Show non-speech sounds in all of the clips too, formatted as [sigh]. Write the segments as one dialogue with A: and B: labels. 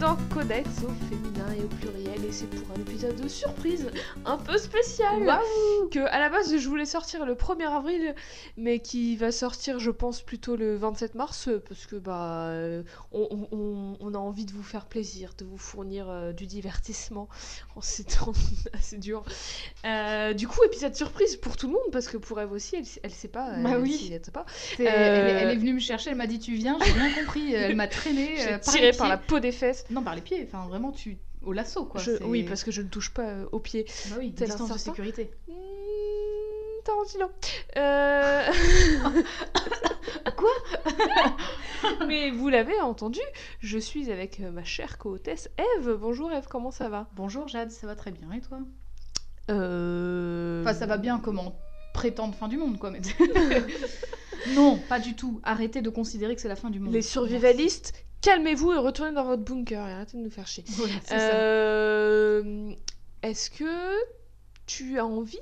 A: encore codex au féminin et au pluriel et c'est pour un épisode de surprise un peu spécial que à la base je voulais sortir le 1er avril mais qui va sortir je pense plutôt le 27 mars euh, parce que bah euh, on, on- on a envie de vous faire plaisir de vous fournir euh, du divertissement [laughs] Oh, en ces temps [laughs] assez durs Euh, du coup épisode surprise pour tout le monde parce que pour Eve aussi elle, elle sait pas
B: Bah
A: elle,
B: oui.
A: s'y était pas
B: C'est- Elle, est, elle est venue me chercher, elle m'a dit tu viens, j'ai bien compris, elle m'a traîné
A: Euh, [laughs] j'ai
B: euh, par,
A: tiré
B: les
A: par la
B: pieds.
A: peau des fesses
B: Non, par les pieds, enfin vraiment tu au lasso quoi.
A: Je-
B: c'est-
A: oui parce que je ne touche pas euh, aux pieds
B: bah oui,
A: t'es
B: distance de
A: l'instant.
B: sécurité.
A: Hmm, Tarantino.
B: [laughs]
A: Euh... Quoi [laughs] Mais vous l'avez entendu, je suis avec euh, ma chère co-hôtesse Eve. Bonjour Eve, comment ça va
B: Bonjour Jade, ça va très bien et toi
A: euh...
B: Enfin ça va bien comment prétendre fin du
A: [laughs]
B: monde quoi mais [laughs] Non, pas du tout. Arrêtez de considérer que c'est la fin du monde.
A: Les
B: [laughs]
A: survivalistes, calmez-vous et retournez dans votre bunker et arrêtez de nous faire chier.
B: Merci. Voilà, c'est ça.
A: Euh... Est-ce que tu as envie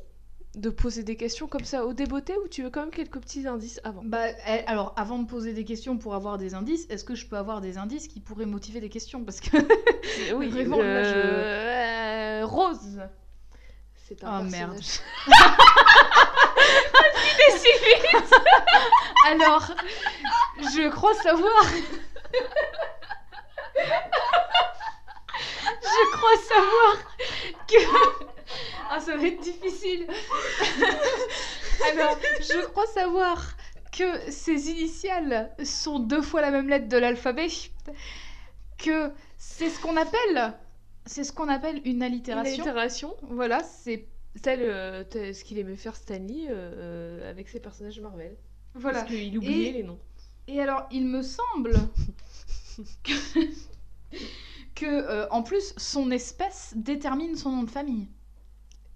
A: de poser des questions comme ça au débeauté ou tu veux quand même quelques petits indices avant
B: Bah, eh, alors, avant de poser des questions pour avoir des indices, est-ce que je peux avoir des indices qui pourraient motiver des questions Parce que [laughs]
A: Oui,
B: Vraiment, là, je-
A: euh, Rose. C'est un
B: Oh,
A: personnage.
B: merde.
A: Mais si,
B: Alors, je crois savoir. Je crois savoir que. Ah, ça va être difficile. Alors, je crois savoir que ces initiales sont deux fois la même lettre de l'alphabet. Que c'est ce qu'on appelle. C'est ce qu'on appelle une allitération.
A: L'allitération,
B: Voilà, c'est.
A: tel euh, tel- ce qu'il aimait faire Stanley euh, euh, avec ses personnages Marvel.
B: Voilà.
A: Parce qu'il oubliait
B: Et-
A: les noms.
B: Et alors, il
A: [laughs]
B: me semble que, que, euh, en plus, son espèce détermine son nom de famille.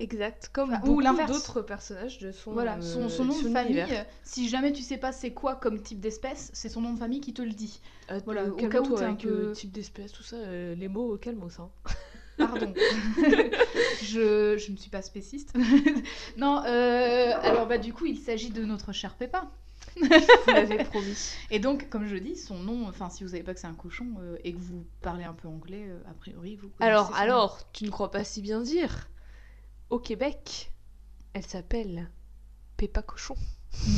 A: Exact, comme
B: Enfin, ou
A: beaucoup
B: l'inverse.
A: d'autres personnages de son,
B: voilà,
A: euh,
B: son, son nom de famille.
A: univers.
B: euh, Si jamais tu sais pas c'est quoi comme type d'espèce, c'est son nom de famille qui te le dit.
A: Euh,
B: voilà,
A: euh,
B: au
A: calme-toi
B: cas où t'es un
A: avec,
B: peu-
A: euh, type d'espèce, tout ça, euh, les mots au calmos. Hein.
B: Pardon. je, je ne suis pas spéciste. [laughs] non, euh, alors bah du coup, il s'agit de notre cher Peppa.
A: [laughs] Vous l'avez promis.
B: Et donc, comme je dis, son nom, enfin, si vous savez pas que c'est un cochon euh, et que vous parlez un peu anglais, euh, a priori, vous connaissez son
A: Alors,
B: nom.
A: alors, tu ne crois pas si bien dire. Au Québec, elle s'appelle Peppa Cochon.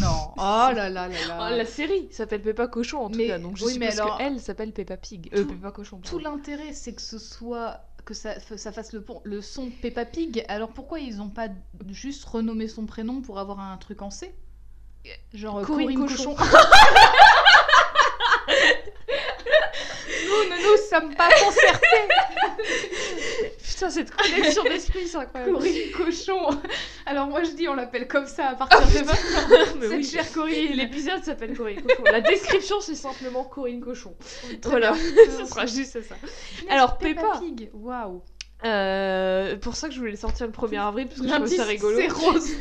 B: Non. Oh là là là là.
A: Ah, la série s'appelle Peppa Cochon en tout
B: Mais-
A: cas, donc je
B: oui,
A: suppose
B: mais alors-
A: qu'elle s'appelle Peppa Pig. Euh,
B: Tout-
A: Peppa Cochon.
B: Tout
A: pardon.
B: l'intérêt, c'est que ce soit que ça, f- ça fasse le, pon- le son Peppa Pig. Alors pourquoi ils ont pas juste renommé son prénom pour avoir un truc en C Genre euh,
A: Corinne
B: Corinne,
A: Cochon.
B: Cochon. nous, nous, nous sommes pas
A: [laughs]
B: concertés.
A: Putain, cette connexion d'esprit, c'est incroyable.
B: Corinne Cochon. Alors moi je dis, on l'appelle
A: [laughs]
B: comme ça à partir de maintenant.
A: Ah, Mais
B: Cette
A: oui.
B: chère Corinne.
A: L'épisode s'appelle Corinne Cochon. La description, c'est simplement Corinne Cochon. Voilà, [laughs] ce sera juste ça. Alors, Peppa.
B: Pig. Waouh.
A: Euh, pour ça que je voulais sortir le 1er avril, parce que je trouve
B: L'indice,
A: ça rigolo.
B: C'est rose.
A: si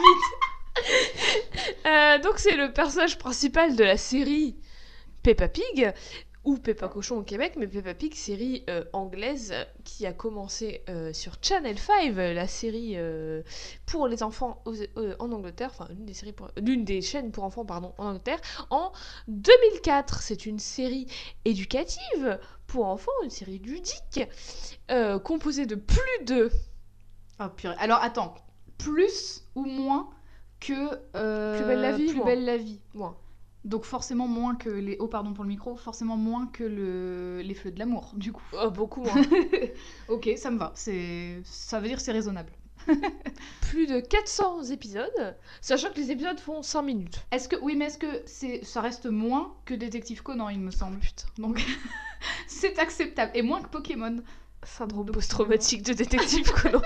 A: vite Euh, Donc, c'est le personnage principal de la série Peppa Pig, ou Peppa Cochon au Québec, mais Peppa Pig, série euh, anglaise euh, qui a commencé euh, sur Channel 5, euh, la série euh, pour les enfants aux- euh, en Angleterre, enfin, l'une des, séries pour- euh, l'une des chaînes pour enfants, pardon, en Angleterre, en 2004. C'est une série éducative pour enfants, une série ludique, euh, composée de plus de Oh,
B: Ah purée. Alors attends, plus ou moins que euh,
A: Plus belle la vie,
B: Plus
A: moins.
B: belle la vie.
A: Moins.
B: Donc forcément moins que les. Oh pardon pour le micro. Forcément moins que le les feux de l'amour. Du coup.
A: oh, beaucoup moins.
B: [laughs] ok, ça me va. C'est ça veut dire c'est raisonnable.
A: plus de 400 épisodes, sachant que les épisodes font 5 minutes.
B: Est-ce que oui mais est-ce que c'est ça reste moins que Détective Conan il me semble.
A: Putain.
B: Donc [laughs] c'est acceptable et moins que Pokémon.
A: Syndrome
B: Donc,
A: post-traumatique de [laughs] détective Conan.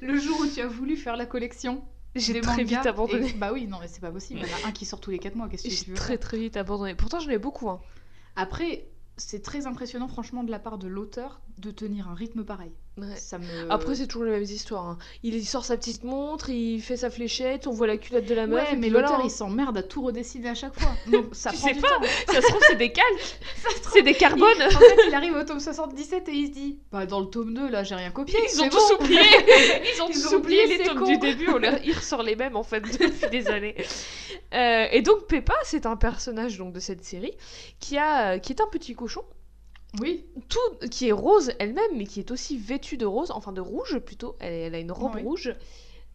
B: Le jour où tu as voulu faire la collection.
A: J'ai
B: des
A: très
B: mangas
A: vite abandonné.
B: et- Bah oui non mais c'est pas possible. Il y en a un qui sort tous les 4 mois. Qu'est-ce que tu
A: J'ai
B: veux
A: très très vite abandonné. Pourtant, j'en ai beaucoup. Hein.
B: Après, c'est très impressionnant, franchement, de la part de l'auteur de tenir un rythme pareil.
A: Ouais.
B: Ça me...
A: Après, c'est toujours les mêmes histoires. hein. Il sort sa petite montre, il fait sa fléchette, on voit la culotte de la meuf.
B: Ouais,
A: et
B: mais
A: puis
B: l'auteur,
A: voilà, hein.
B: il s'emmerde à tout redessiner à chaque fois. Donc,
A: [laughs]
B: ça
A: Tu
B: prend
A: sais
B: du
A: pas.
B: temps.
A: Ça se trouve, c'est des [laughs] calques. C'est des
B: Il-
A: carbones. [laughs]
B: En fait, il arrive au tome 77 et il se dit Bah, dans le tome 2, là, j'ai rien copié.
A: Ils ont
B: c'est
A: tous
B: bon.
A: oublié. Ils ont
B: Ils
A: tous
B: ont
A: oublié
B: oublié,
A: les
B: c'est
A: tomes
B: con.
A: du début. On les... Ils ressortent les mêmes en [laughs] fait depuis des années. Euh, et donc Peppa, c'est un personnage donc de cette série qui a qui est un petit cochon
B: [laughs] Oui.
A: tout qui est rose elle-même, mais qui est aussi vêtue de rose, enfin de rouge plutôt. Elle, elle a une robe
B: Oui.
A: rouge.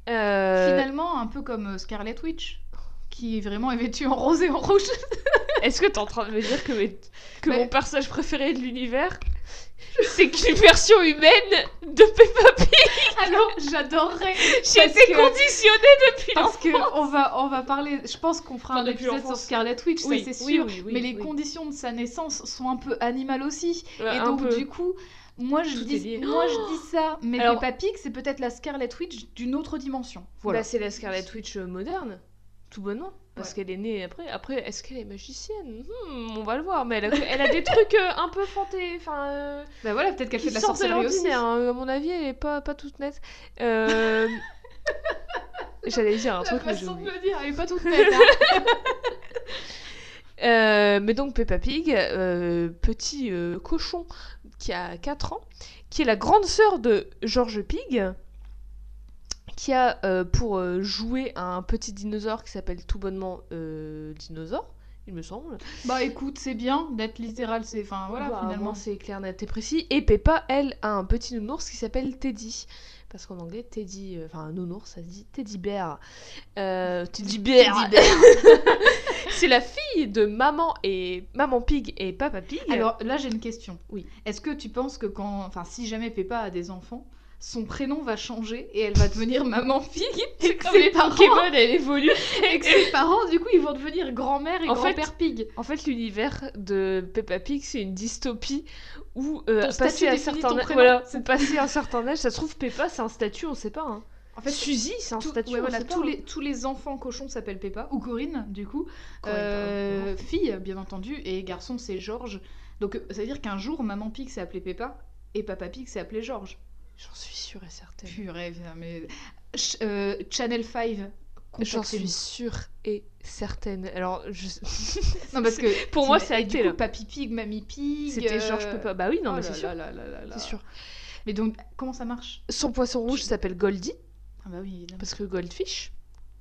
A: Euh,
B: Finalement, un peu comme euh, Scarlet Witch, qui vraiment est vêtue en rose et en rouge. [laughs]
A: Est-ce que t'es en train de me dire que, mes- que
B: Mais-
A: mon personnage préféré de l'univers, c'est qu'une version humaine de Peppa Pig
B: Alors,
A: [laughs]
B: j'adorerais.
A: J'ai
B: Parce
A: été
B: que-
A: conditionnée depuis
B: Parce que on va, on va parler. Je pense qu'on fera
A: Enfin,
B: un
A: depuis
B: épisode sur
A: l'enfance.
B: Scarlet Witch,
A: Oui,
B: ça c'est
A: oui,
B: sûr.
A: oui, oui,
B: mais les
A: oui.
B: conditions de sa naissance sont un peu animales aussi.
A: Ouais,
B: et
A: Euh, un
B: donc,
A: peu.
B: du coup, moi je,
A: Tout est
B: dis,
A: lié.
B: moi je dis ça, mais
A: Alors-
B: Peppa Pig, c'est peut-être la Scarlet Witch d'une autre dimension. Voilà.
A: Bah, c'est la Scarlet Witch euh, moderne, tout bonnement. Parce
B: Ouais.
A: qu'elle est née après. Après, est-ce qu'elle est magicienne Hmm, On va le voir. Mais elle a, elle a des trucs euh, un peu fantais. Enfin, euh,
B: Bah voilà, peut-être qu'elle
A: qui
B: fait de la
A: sortent de
B: sorcellerie aussi.
A: l'ordinaire. hein. À mon avis, elle est pas, pas toute nette.
B: [laughs]
A: Euh, J'allais dire un
B: La
A: truc, mais j'ai
B: façon de
A: oublié.
B: le dire, elle
A: [laughs]
B: est pas toute nette. hein.
A: Euh, mais donc Peppa Pig, euh, petit euh, cochon qui a 4 ans, qui est la grande sœur de George Pig, qui a euh, pour euh, jouer un petit dinosaure qui s'appelle tout bonnement euh, Dinosaure, il me semble.
B: bah écoute, c'est bien d'être littéral, c'est. Enfin voilà,
A: Bah,
B: finalement.
A: bon, c'est clair, net et précis. Et Peppa, elle, a un petit nounours qui s'appelle Teddy. Parce qu'en anglais, Teddy, euh, enfin un nounours, ça se dit Teddy Bear. [laughs] Euh, Teddy Bear.
B: Teddy
A: c'est la fille de maman et maman Pig et Papa Pig.
B: [laughs] Alors là, j'ai une question.
A: Oui.
B: Est-ce que tu penses que quand, enfin, si jamais Peppa a des enfants, son prénom va changer et elle va devenir maman fille
A: c'est
B: comme les parents.
A: Pokémon, elle évolue.
B: [laughs] et que ses parents, du coup, ils vont devenir grand-mère et
A: En fait,
B: grand-père Pig.
A: En fait, l'univers de Peppa Pig, c'est une dystopie où euh,
B: Ton
A: passer
B: statut
A: un
B: définit
A: certain
B: ton
A: âge,
B: prénom.
A: voilà, c'est passer un certain âge, ça se trouve Peppa, c'est un statut, on sait pas. Hein.
B: En fait,
A: Suzy, c'est un
B: tout-
A: statut,
B: ouais,
A: on
B: voilà,
A: sait pas,
B: tous,
A: hein.
B: les, tous les enfants cochons s'appellent Peppa ou Corinne, du coup.
A: Corinne,
B: Euh,
A: pardon.
B: fille, bien entendu, et garçon, c'est Georges. Donc, euh, ça veut dire qu'un jour, maman Pig s'est appelée Peppa et papa Pig s'est appelé Georges.
A: J'en suis sûre et certaine.
B: Purée, viens, mais. Ch- euh, Channel 5.
A: J'en
B: contactez-nous.
A: suis sûre et certaine. Alors, je...
B: [laughs] Non, parce que
A: pour moi,
B: t'im-
A: c'est
B: et du
A: acté
B: coup,
A: là.
B: Papy Pig, Mamie Pig.
A: C'était
B: euh,
A: Georges Peppa. Bah oui, non,
B: oh
A: mais
B: là
A: c'est sûr.
B: là là là là là.
A: C'est sûr.
B: Mais donc, comment ça marche
A: Son poisson rouge s'appelle Goldie,
B: Ah bah oui, évidemment.
A: parce que Goldfish.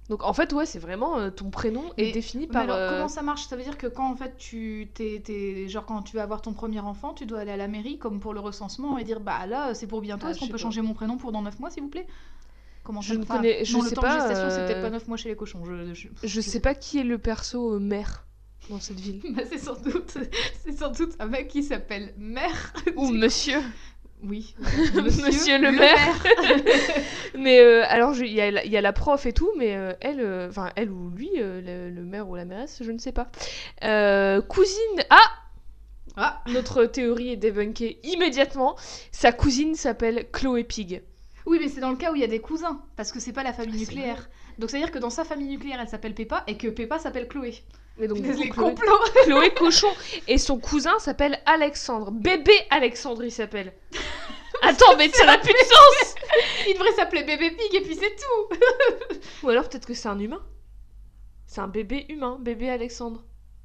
A: Donc en fait, ouais, c'est vraiment euh, ton prénom est
B: Mais-
A: défini
B: Mais
A: par.
B: alors,
A: euh,
B: comment ça marche Ça veut dire que quand en fait tu t'es, t'es- genre quand tu vas avoir ton premier enfant, tu dois aller à la mairie comme pour le recensement et dire bah là c'est pour bientôt,
A: Ah,
B: est-ce
A: je
B: qu'on
A: sais
B: peut
A: pas.
B: changer mon prénom pour dans 9 mois s'il vous plaît Comment
A: Je
B: ça-
A: ne
B: enfin,
A: connais- je
B: non, le
A: sais
B: temps
A: pas,
B: de gestation, c'est peut-être
A: euh,
B: pas 9 mois chez les cochons. Je, je- [laughs]
A: Je sais pas qui est le perso euh, maire dans cette
B: [laughs]
A: ville.
B: Bah, c'est sans doute, c'est sans doute un mec qui s'appelle Mère.
A: Ou
B: [laughs]
A: monsieur.
B: Oui.
A: [laughs] Monsieur le maire. [laughs] Mais euh, alors, je- il y, a la- il y a la prof et tout, mais euh, elle, euh, enfin elle ou lui, euh, le, le maire ou la mairesse, je ne sais pas. Euh, cousine. Ah,
B: Ah
A: notre théorie est débunkée immédiatement. Sa cousine s'appelle Chloé Pig.
B: [laughs] oui, mais c'est dans le cas où il y a des cousins, parce que c'est pas la famille
A: Ah, c'est
B: nucléaire. Donc c'est à dire que dans sa famille nucléaire, elle s'appelle Peppa et que Peppa s'appelle Chloé.
A: Mais
B: [laughs]
A: donc,
B: les
A: du coup, Chloé,
B: complots.
A: Chloé Cochon et son cousin s'appelle Alexandre. Bébé Alexandre, il s'appelle. Attends, mais ça n'a plus de sens
B: Il devrait s'appeler Bébé Pig et puis c'est tout.
A: Ou alors peut-être que c'est un humain. C'est un bébé humain, bébé Alexandre.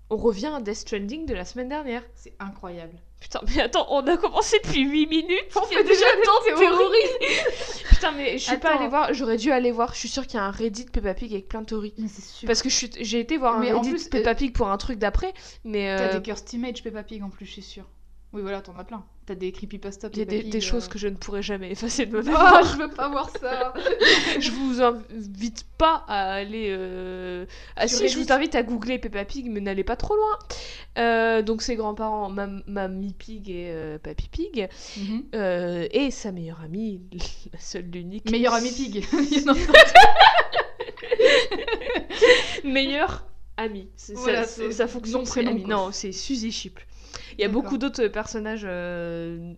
A: On revient à Death Stranding de la semaine dernière.
B: C'est incroyable.
A: Putain, mais attends, on a commencé depuis 8 minutes.
B: On
A: il y a
B: fait déjà des
A: tant de
B: théories.
A: théories. [laughs] Putain, mais je suis pas
B: Attends.
A: allée voir, j'aurais dû aller voir. Je suis sûre qu'il y a un Reddit Peppa Pig avec plein de théories.
B: Mais c'est super.
A: Parce que je suis- j'ai été voir un
B: Mais en
A: Reddit
B: plus,
A: Peppa Pig pour un truc d'après, mais
B: T'as
A: euh,
B: des cursed images Peppa Pig en plus, je suis sûre. Oui, voilà, t'en as plein. T'as des creepypasta
A: il y a
B: Peppa
A: des,
B: Pig,
A: des
B: euh.
A: choses que je ne pourrais jamais effacer [laughs] de ma mémoire.
B: Oh, je veux pas voir ça.
A: je vous invite pas à aller. euh, Ah
B: Sur
A: si, je
B: Reddit.
A: vous invite à googler Peppa Pig, mais n'allez pas trop loin. Euh, donc ses grands-parents, mam- Mamie Pig et euh, Papy Pig,
B: [laughs] [laughs] Mhm.
A: euh, et sa meilleure amie, [laughs] la seule, l'unique,
B: Meilleur ami Pig. [laughs] Il y en a-
A: [laughs] meilleure amie. C'est ça-
B: Voilà,
A: c'est-
B: c'est-
A: sa fonction
B: nom,
A: c'est
B: prénom,
A: amie.
B: quoi.
A: Non, c'est Suzy Chip. Il y a
B: D'accord.
A: beaucoup d'autres personnages euh,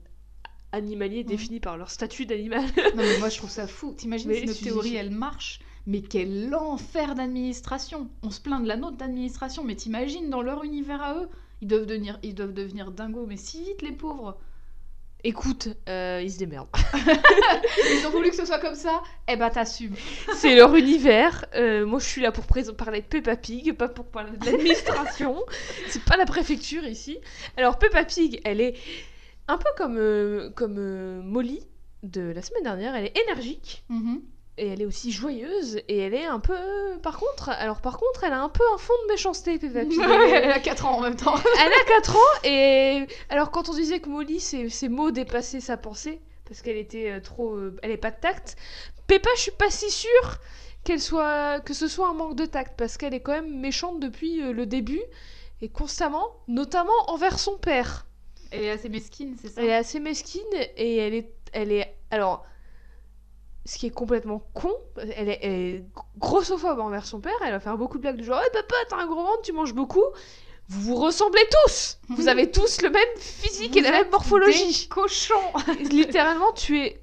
A: animaliers
B: Mhm.
A: définis par leur statut
B: [laughs]
A: d'animal.
B: Non, mais moi je trouve ça fou. T'imagines
A: Mais
B: si notre
A: Suzy,
B: théorie
A: je-
B: elle marche Mais quel enfer d'administration On se plaint de la nôtre d'administration, mais t'imagines dans leur univers à eux ils doivent, devenir, ils doivent devenir dingos, mais si vite les pauvres
A: Écoute, euh, ils se démerdent.
B: Ils ont voulu que ce soit comme ça Eh bah t'assumes
A: [laughs] C'est leur univers. Euh, moi, je suis là pour prés- parler de Peppa Pig, pas pour parler de
B: [laughs]
A: l'administration. C'est pas la préfecture ici. Alors, Peppa Pig, elle est un peu comme, euh, comme euh, Molly de la semaine dernière. Elle est énergique.
B: Mhm.
A: et elle est aussi joyeuse et elle est un peu par contre alors par contre elle a un peu un fond de méchanceté Peppa
B: [laughs]
A: Pig.
B: Elle a 4 ans en même temps.
A: elle a 4 ans et alors quand on disait que Molly ses, ses mots dépassaient sa pensée parce qu'elle était euh, trop euh, elle est pas de tact Peppa je suis pas si sûre qu'elle soit que ce soit un manque de tact parce qu'elle est quand même méchante depuis euh, le début et constamment notamment envers son père
B: Elle est assez mesquine, c'est ça
A: elle est assez mesquine et elle est, elle est, alors, ce qui est complètement con, elle est, elle est grossophobe envers son père. Elle va faire beaucoup de blagues du genre, ouais papa, t'as un gros ventre, tu manges beaucoup. Vous vous ressemblez tous. Vous avez tous le même physique et la
B: Vous
A: même
B: êtes
A: morphologie.
B: Des [laughs] cochons
A: Littéralement, tu es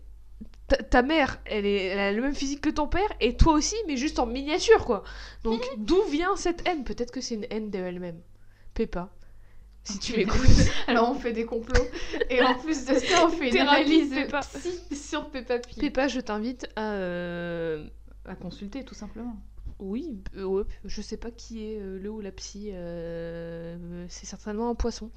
A: ta, ta mère, elle, est, elle a le même physique que ton père et toi aussi, mais juste en miniature quoi. Donc
B: [laughs]
A: d'où vient cette haine Peut-être que c'est une haine d'elle-même. Peppa, si tu m'écoutes.
B: [laughs] Alors on fait des complots et en plus de ça on fait une
A: Thérapie
B: analyse
A: Peppa.
B: psy sur Peppa Pig.
A: Peppa, je t'invite à euh,
B: À consulter tout simplement.
A: Oui, euh, ouais, p- je sais pas qui est euh, le ou la psy. euh, euh, c'est certainement un poisson.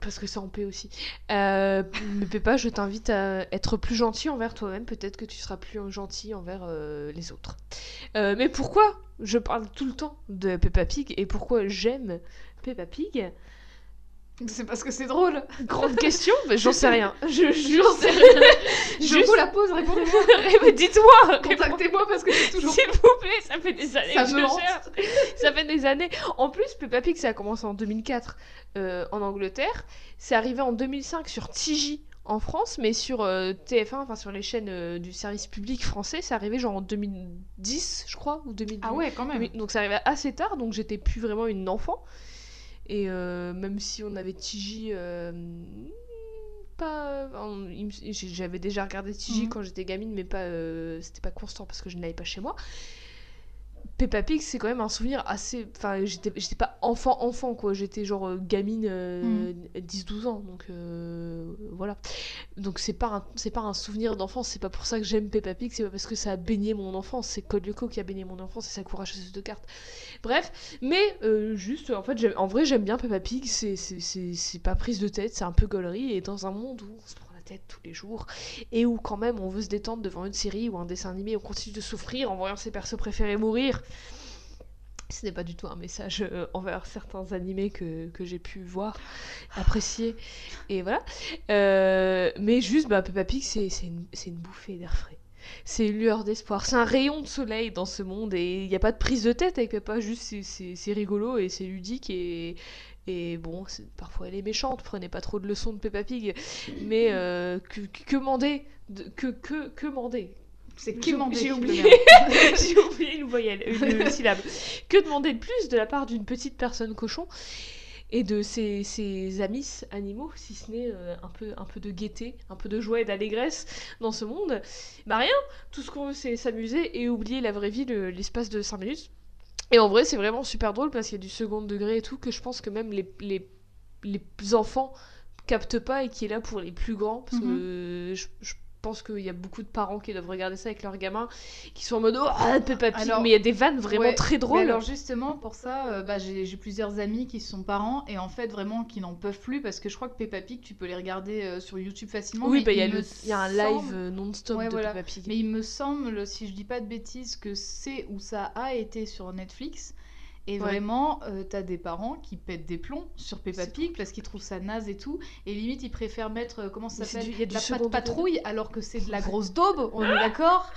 A: Parce que c'est en paix aussi. Euh, mais Peppa, je t'invite à être plus gentil envers toi-même. Peut-être que tu seras plus gentil envers euh, les autres. Euh, mais pourquoi je parle tout le temps de Peppa Pig et pourquoi j'aime Peppa Pig
B: C'est parce que c'est drôle.
A: Grande question, mais j'en sais rien. Je jure, c'est [laughs]
B: Je
A: Juste-
B: vous la pose, [laughs] répondez-moi.
A: Dites-moi
B: Contactez-moi parce que j'ai [laughs] toujours
A: S'il vous plaît, ça fait des années
B: Ça
A: que
B: me
A: je
B: hante.
A: cherche. Ça fait des années. En plus, Peppa Pig, ça a commencé en 2004 euh, en Angleterre. C'est arrivé en 2005 sur TJ en France, mais sur euh, TF1, enfin sur les chaînes euh, du service public français, c'est arrivé genre en 2010, je crois, ou 2010.
B: Ah ouais, quand même.
A: Donc ça arrivait assez tard, donc j'étais plus vraiment une enfant. Et euh, même si on avait TJ... euh, pas, euh, en- il me- j'ai- j'avais déjà regardé TJ
B: Mhm.
A: quand j'étais gamine, mais pas, euh, c'était pas constant parce que je n'allais pas chez moi. Peppa Pig, c'est quand même un souvenir assez. Enfin, j'étais j'étais pas enfant-enfant, quoi. J'étais genre euh, gamine euh, 10-12 ans, donc euh, voilà. Donc c'est pas un- c'est pas un souvenir d'enfance, c'est pas pour ça que j'aime Peppa Pig, c'est pas parce que ça a baigné mon enfance, c'est Code Lyoko qui a baigné mon enfance et sa courageuse de cartes. Bref, mais euh, juste en fait j'aime- en vrai j'aime bien Peppa Pig, c'est c'est- c'est c'est pas prise de tête, c'est un peu gaulerie et dans un monde où on se prend la tête tous les jours et où quand même on veut se détendre devant une série ou un dessin animé, on continue de souffrir en voyant ses persos préférés mourir. Ce n'est pas du tout un message euh, envers certains animés que, que j'ai pu voir, apprécier, et voilà. Euh, mais juste, bah, Peppa Pig, c'est c'est une, c'est une bouffée d'air frais. C'est une lueur d'espoir, c'est un rayon de soleil dans ce monde et il n'y a pas de prise de tête avec Peppa, juste c'est- c'est c'est rigolo et c'est ludique et, et bon, c'est- parfois elle est méchante, prenez pas trop de leçons de Peppa Pig, mais euh, que, que, que mander de- que, que, que mander
B: C'est
A: J'ai-
B: qui m'en
A: j'ai
B: défie,
A: oublié.
B: le merde.
A: [laughs] J'ai oublié une voyelle, une euh, syllabe. Que demander de plus de la part d'une petite personne cochon et de ses, ses amis animaux, si ce n'est euh, un, peu, un peu de gaieté, un peu de joie et d'allégresse dans ce monde Bah rien, tout ce qu'on veut c'est s'amuser et oublier la vraie vie le- l'espace de 5 minutes. Et en vrai c'est vraiment super drôle parce qu'il y a du second degré et tout que je pense que même les, les, les enfants captent pas et qui est là pour les plus grands parce
B: Mhm.
A: que je, je pense qu'il y a beaucoup de parents qui doivent regarder ça avec leurs gamins qui sont en mode oh ah, Peppa Pig
B: Alors,
A: mais il y a des vannes vraiment
B: ouais,
A: très
B: Mais
A: drôles
B: alors justement, pour ça, euh, bah, j'ai j'ai plusieurs amis qui sont parents et en fait vraiment qui n'en peuvent plus parce que je crois que Peppa Pig, tu peux les regarder euh, sur YouTube facilement.
A: oui
B: mais
A: bah il y, a
B: me
A: le- il y a un
B: semble-
A: live euh, non-stop
B: Ouais,
A: de
B: voilà.
A: Peppa Pig
B: Mais il me semble, si je dis pas de bêtises, que c'est ou ça a été sur Netflix. Et
A: Ouais.
B: vraiment, euh, t'as des parents qui pètent des plombs sur Peppa
A: C'est
B: Pig parce qu'ils trouvent ça naze et tout. Et limite, ils préfèrent mettre, euh, comment ça
A: Mais c'est
B: s'appelle
A: du- il y a du
B: La
A: second
B: patte
A: degré.
B: patrouille alors que c'est de la grosse daube, on est
A: [laughs]
B: d'accord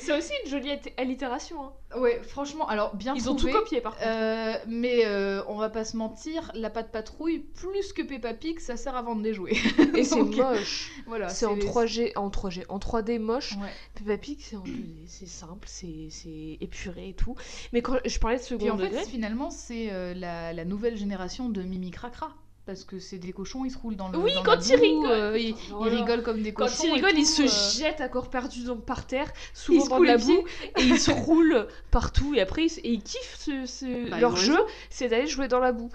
A: c'est aussi une jolie alli- allitération hein.
B: Ouais, franchement, alors bien
A: ils ont tout
B: trouvé.
A: copié par contre
B: Euh, mais euh, on va pas se mentir, la patte patrouille, plus que Peppa Pig, ça sert à vendre des jouets.
A: et [laughs] c'est
B: [laughs] donc,
A: moche
B: voilà,
A: euh, c'est en 3G en 3G en 3D moche
B: Ouais.
A: Peppa Pig c'est en 2D c'est simple c'est c'est épuré et tout mais quand je parlais de second
B: Puis en
A: degré
B: fait, finalement, c'est euh, la, la nouvelle génération de Mimi Cracra. Parce que c'est des cochons, ils se roulent dans le.
A: Oui,
B: dans
A: quand
B: la
A: ils
B: boue,
A: rigolent.
B: euh, ils,
A: Voilà.
B: ils rigolent comme des
A: Quand
B: cochons.
A: ils
B: et
A: rigolent, ils se
B: tout, [laughs] euh,
A: jettent à corps perdu donc par terre,
B: ils
A: souvent
B: se
A: dans de
B: coulent
A: la
B: les pieds.
A: boue, et ils se roulent partout. Et après, ils, se- et ils kiffent ce- ce-
B: Bah, ils ont
A: leur
B: raison.
A: jeu, c'est d'aller jouer dans la boue.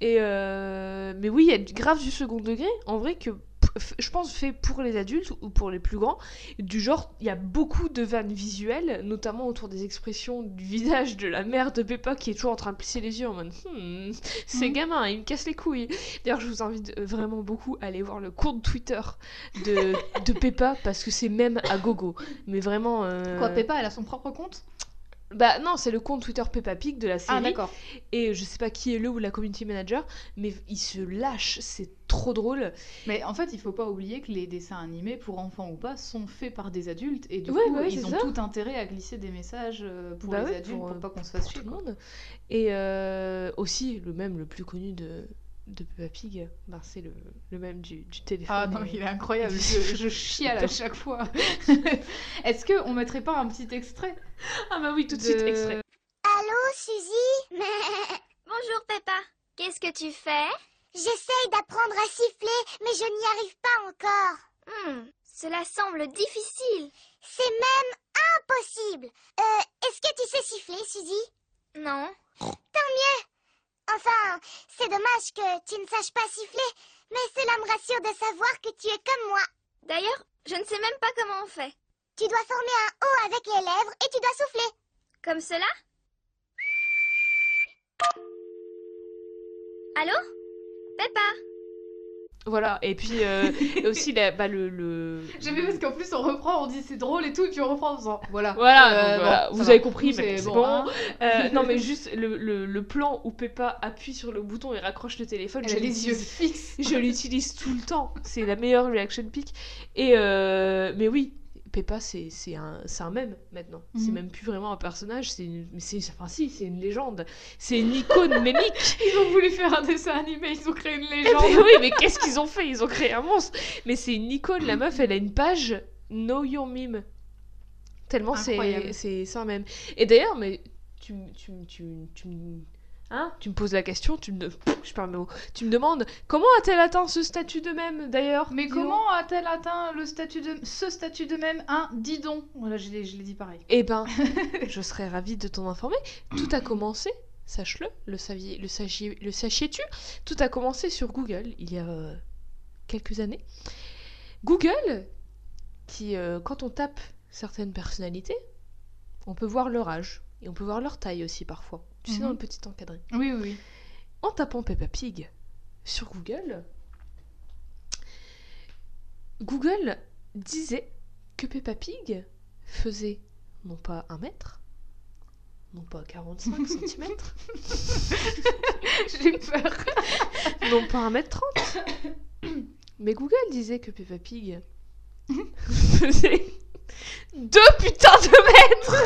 A: Et euh, mais oui, il y a du- grave du second degré. En vrai, que p- f- je pense, fait pour les adultes ou pour les plus grands. Du genre, il y a beaucoup de vannes visuelles, notamment autour des expressions du visage de la mère de Peppa qui est toujours en train de plisser les yeux en mode Hmm, c'est
B: Mhm.
A: gamin, il me casse les couilles. D'ailleurs, je vous invite euh, vraiment beaucoup à aller voir le compte Twitter de, de Peppa parce que c'est même à gogo. Mais vraiment. euh,
B: Quoi, Peppa, elle a son propre compte
A: Bah non, c'est le compte Twitter Peppa Pig de la
B: Ah,
A: série.
B: d'accord.
A: et je sais pas qui est le ou la community manager, mais il se lâche, c'est trop drôle.
B: Mais en fait, il faut pas oublier que les dessins animés, pour enfants ou pas, sont faits par des adultes et du
A: Ouais,
B: coup,
A: bah ouais,
B: ils
A: c'est
B: ont
A: ça.
B: tout intérêt à glisser des messages euh, pour
A: Bah
B: les
A: ouais,
B: adultes
A: pour,
B: pour,
A: euh,
B: pas qu'on se
A: pour
B: fasse chier.
A: tout le
B: quoi.
A: monde. Et euh, aussi, le même, le plus connu de, de Peppa Pig, ben, c'est le, le même du, du téléphone.
B: Ah non, mais il
A: [laughs]
B: est incroyable, je, je chiale à chaque fois. Est-ce que on mettrait pas un petit extrait
A: Ah bah oui, tout de suite, extrait.
C: Oh, Suzy [laughs]
D: Bonjour Peppa, qu'est-ce que tu fais
C: J'essaye d'apprendre à siffler, mais je n'y arrive pas encore.
D: Hmm, Cela semble difficile.
C: C'est même impossible. Euh, est-ce que tu sais siffler, Suzy
D: Non
C: Enfin, c'est dommage que tu ne saches pas siffler, mais cela me rassure de savoir que tu es comme moi.
D: D'ailleurs, je ne sais même pas comment on fait.
C: Tu dois former un O avec les lèvres et tu dois souffler.
D: Comme cela Allô Peppa
A: Voilà, et puis euh, et aussi la, bah, le,
B: [laughs]
A: le-
B: J'aime bien parce qu'en plus on reprend, on dit c'est drôle et tout, et puis on reprend en disant voilà.
A: Voilà,
B: Euh,
A: donc
B: bon,
A: voilà,
B: ça
A: vous
B: va.
A: avez compris, mais c'est bon.
B: hein.
A: Euh, non mais juste le, le- le plan où Peppa appuie sur le bouton et raccroche le téléphone,
B: Elle
A: je
B: a les yeux
A: l'utilise
B: fixes.
A: Je l'utilise tout le temps. C'est la meilleure reaction pic. Et euh, mais oui, Peppa, c'est c'est un, c'est un mème maintenant. C'est
B: Mhm.
A: même plus vraiment un personnage. C'est une- mais c'est enfin si, c'est une légende. C'est une icône mémique.
B: Ils ont voulu faire un dessin animé, ils ont créé une
A: mais
B: légende.
A: oui, mais qu'est-ce qu'ils ont fait Ils ont créé un monstre. Mais c'est une icône. La meuf, elle a une page Know Your Meme. Tellement c'est
B: Incroyable.
A: c'est c'est un mème. Et d'ailleurs, mais tu m- tu m- tu m- tu m- Hein tu me poses la question, tu me, je perds mes mots. tu me demandes comment a-t-elle atteint ce statut de mème d'ailleurs
B: Mais
A: dis donc
B: comment a-t-elle atteint le statut de ce statut de même un dis donc Voilà, je l'ai je l'ai dit pareil.
A: Eh ben, je serais ravie de t'en informer. Tout a commencé, sache-le, le, saviez- le, sachiez- le sachiez-tu Tout a commencé sur Google il y a euh, quelques années. Google, qui, euh, quand on tape certaines personnalités, on peut voir leur âge et on peut voir leur taille aussi parfois. Tu sais,
B: Mhm.
A: dans le petit encadré.
B: Oui, oui, oui.
A: En tapant Peppa Pig sur Google, Google disait que Peppa Pig faisait non pas un mètre, non pas 45 cm,
B: [laughs] J'ai peur.
A: non pas un mètre 30. Mais Google disait que Peppa Pig faisait deux putains de mètres.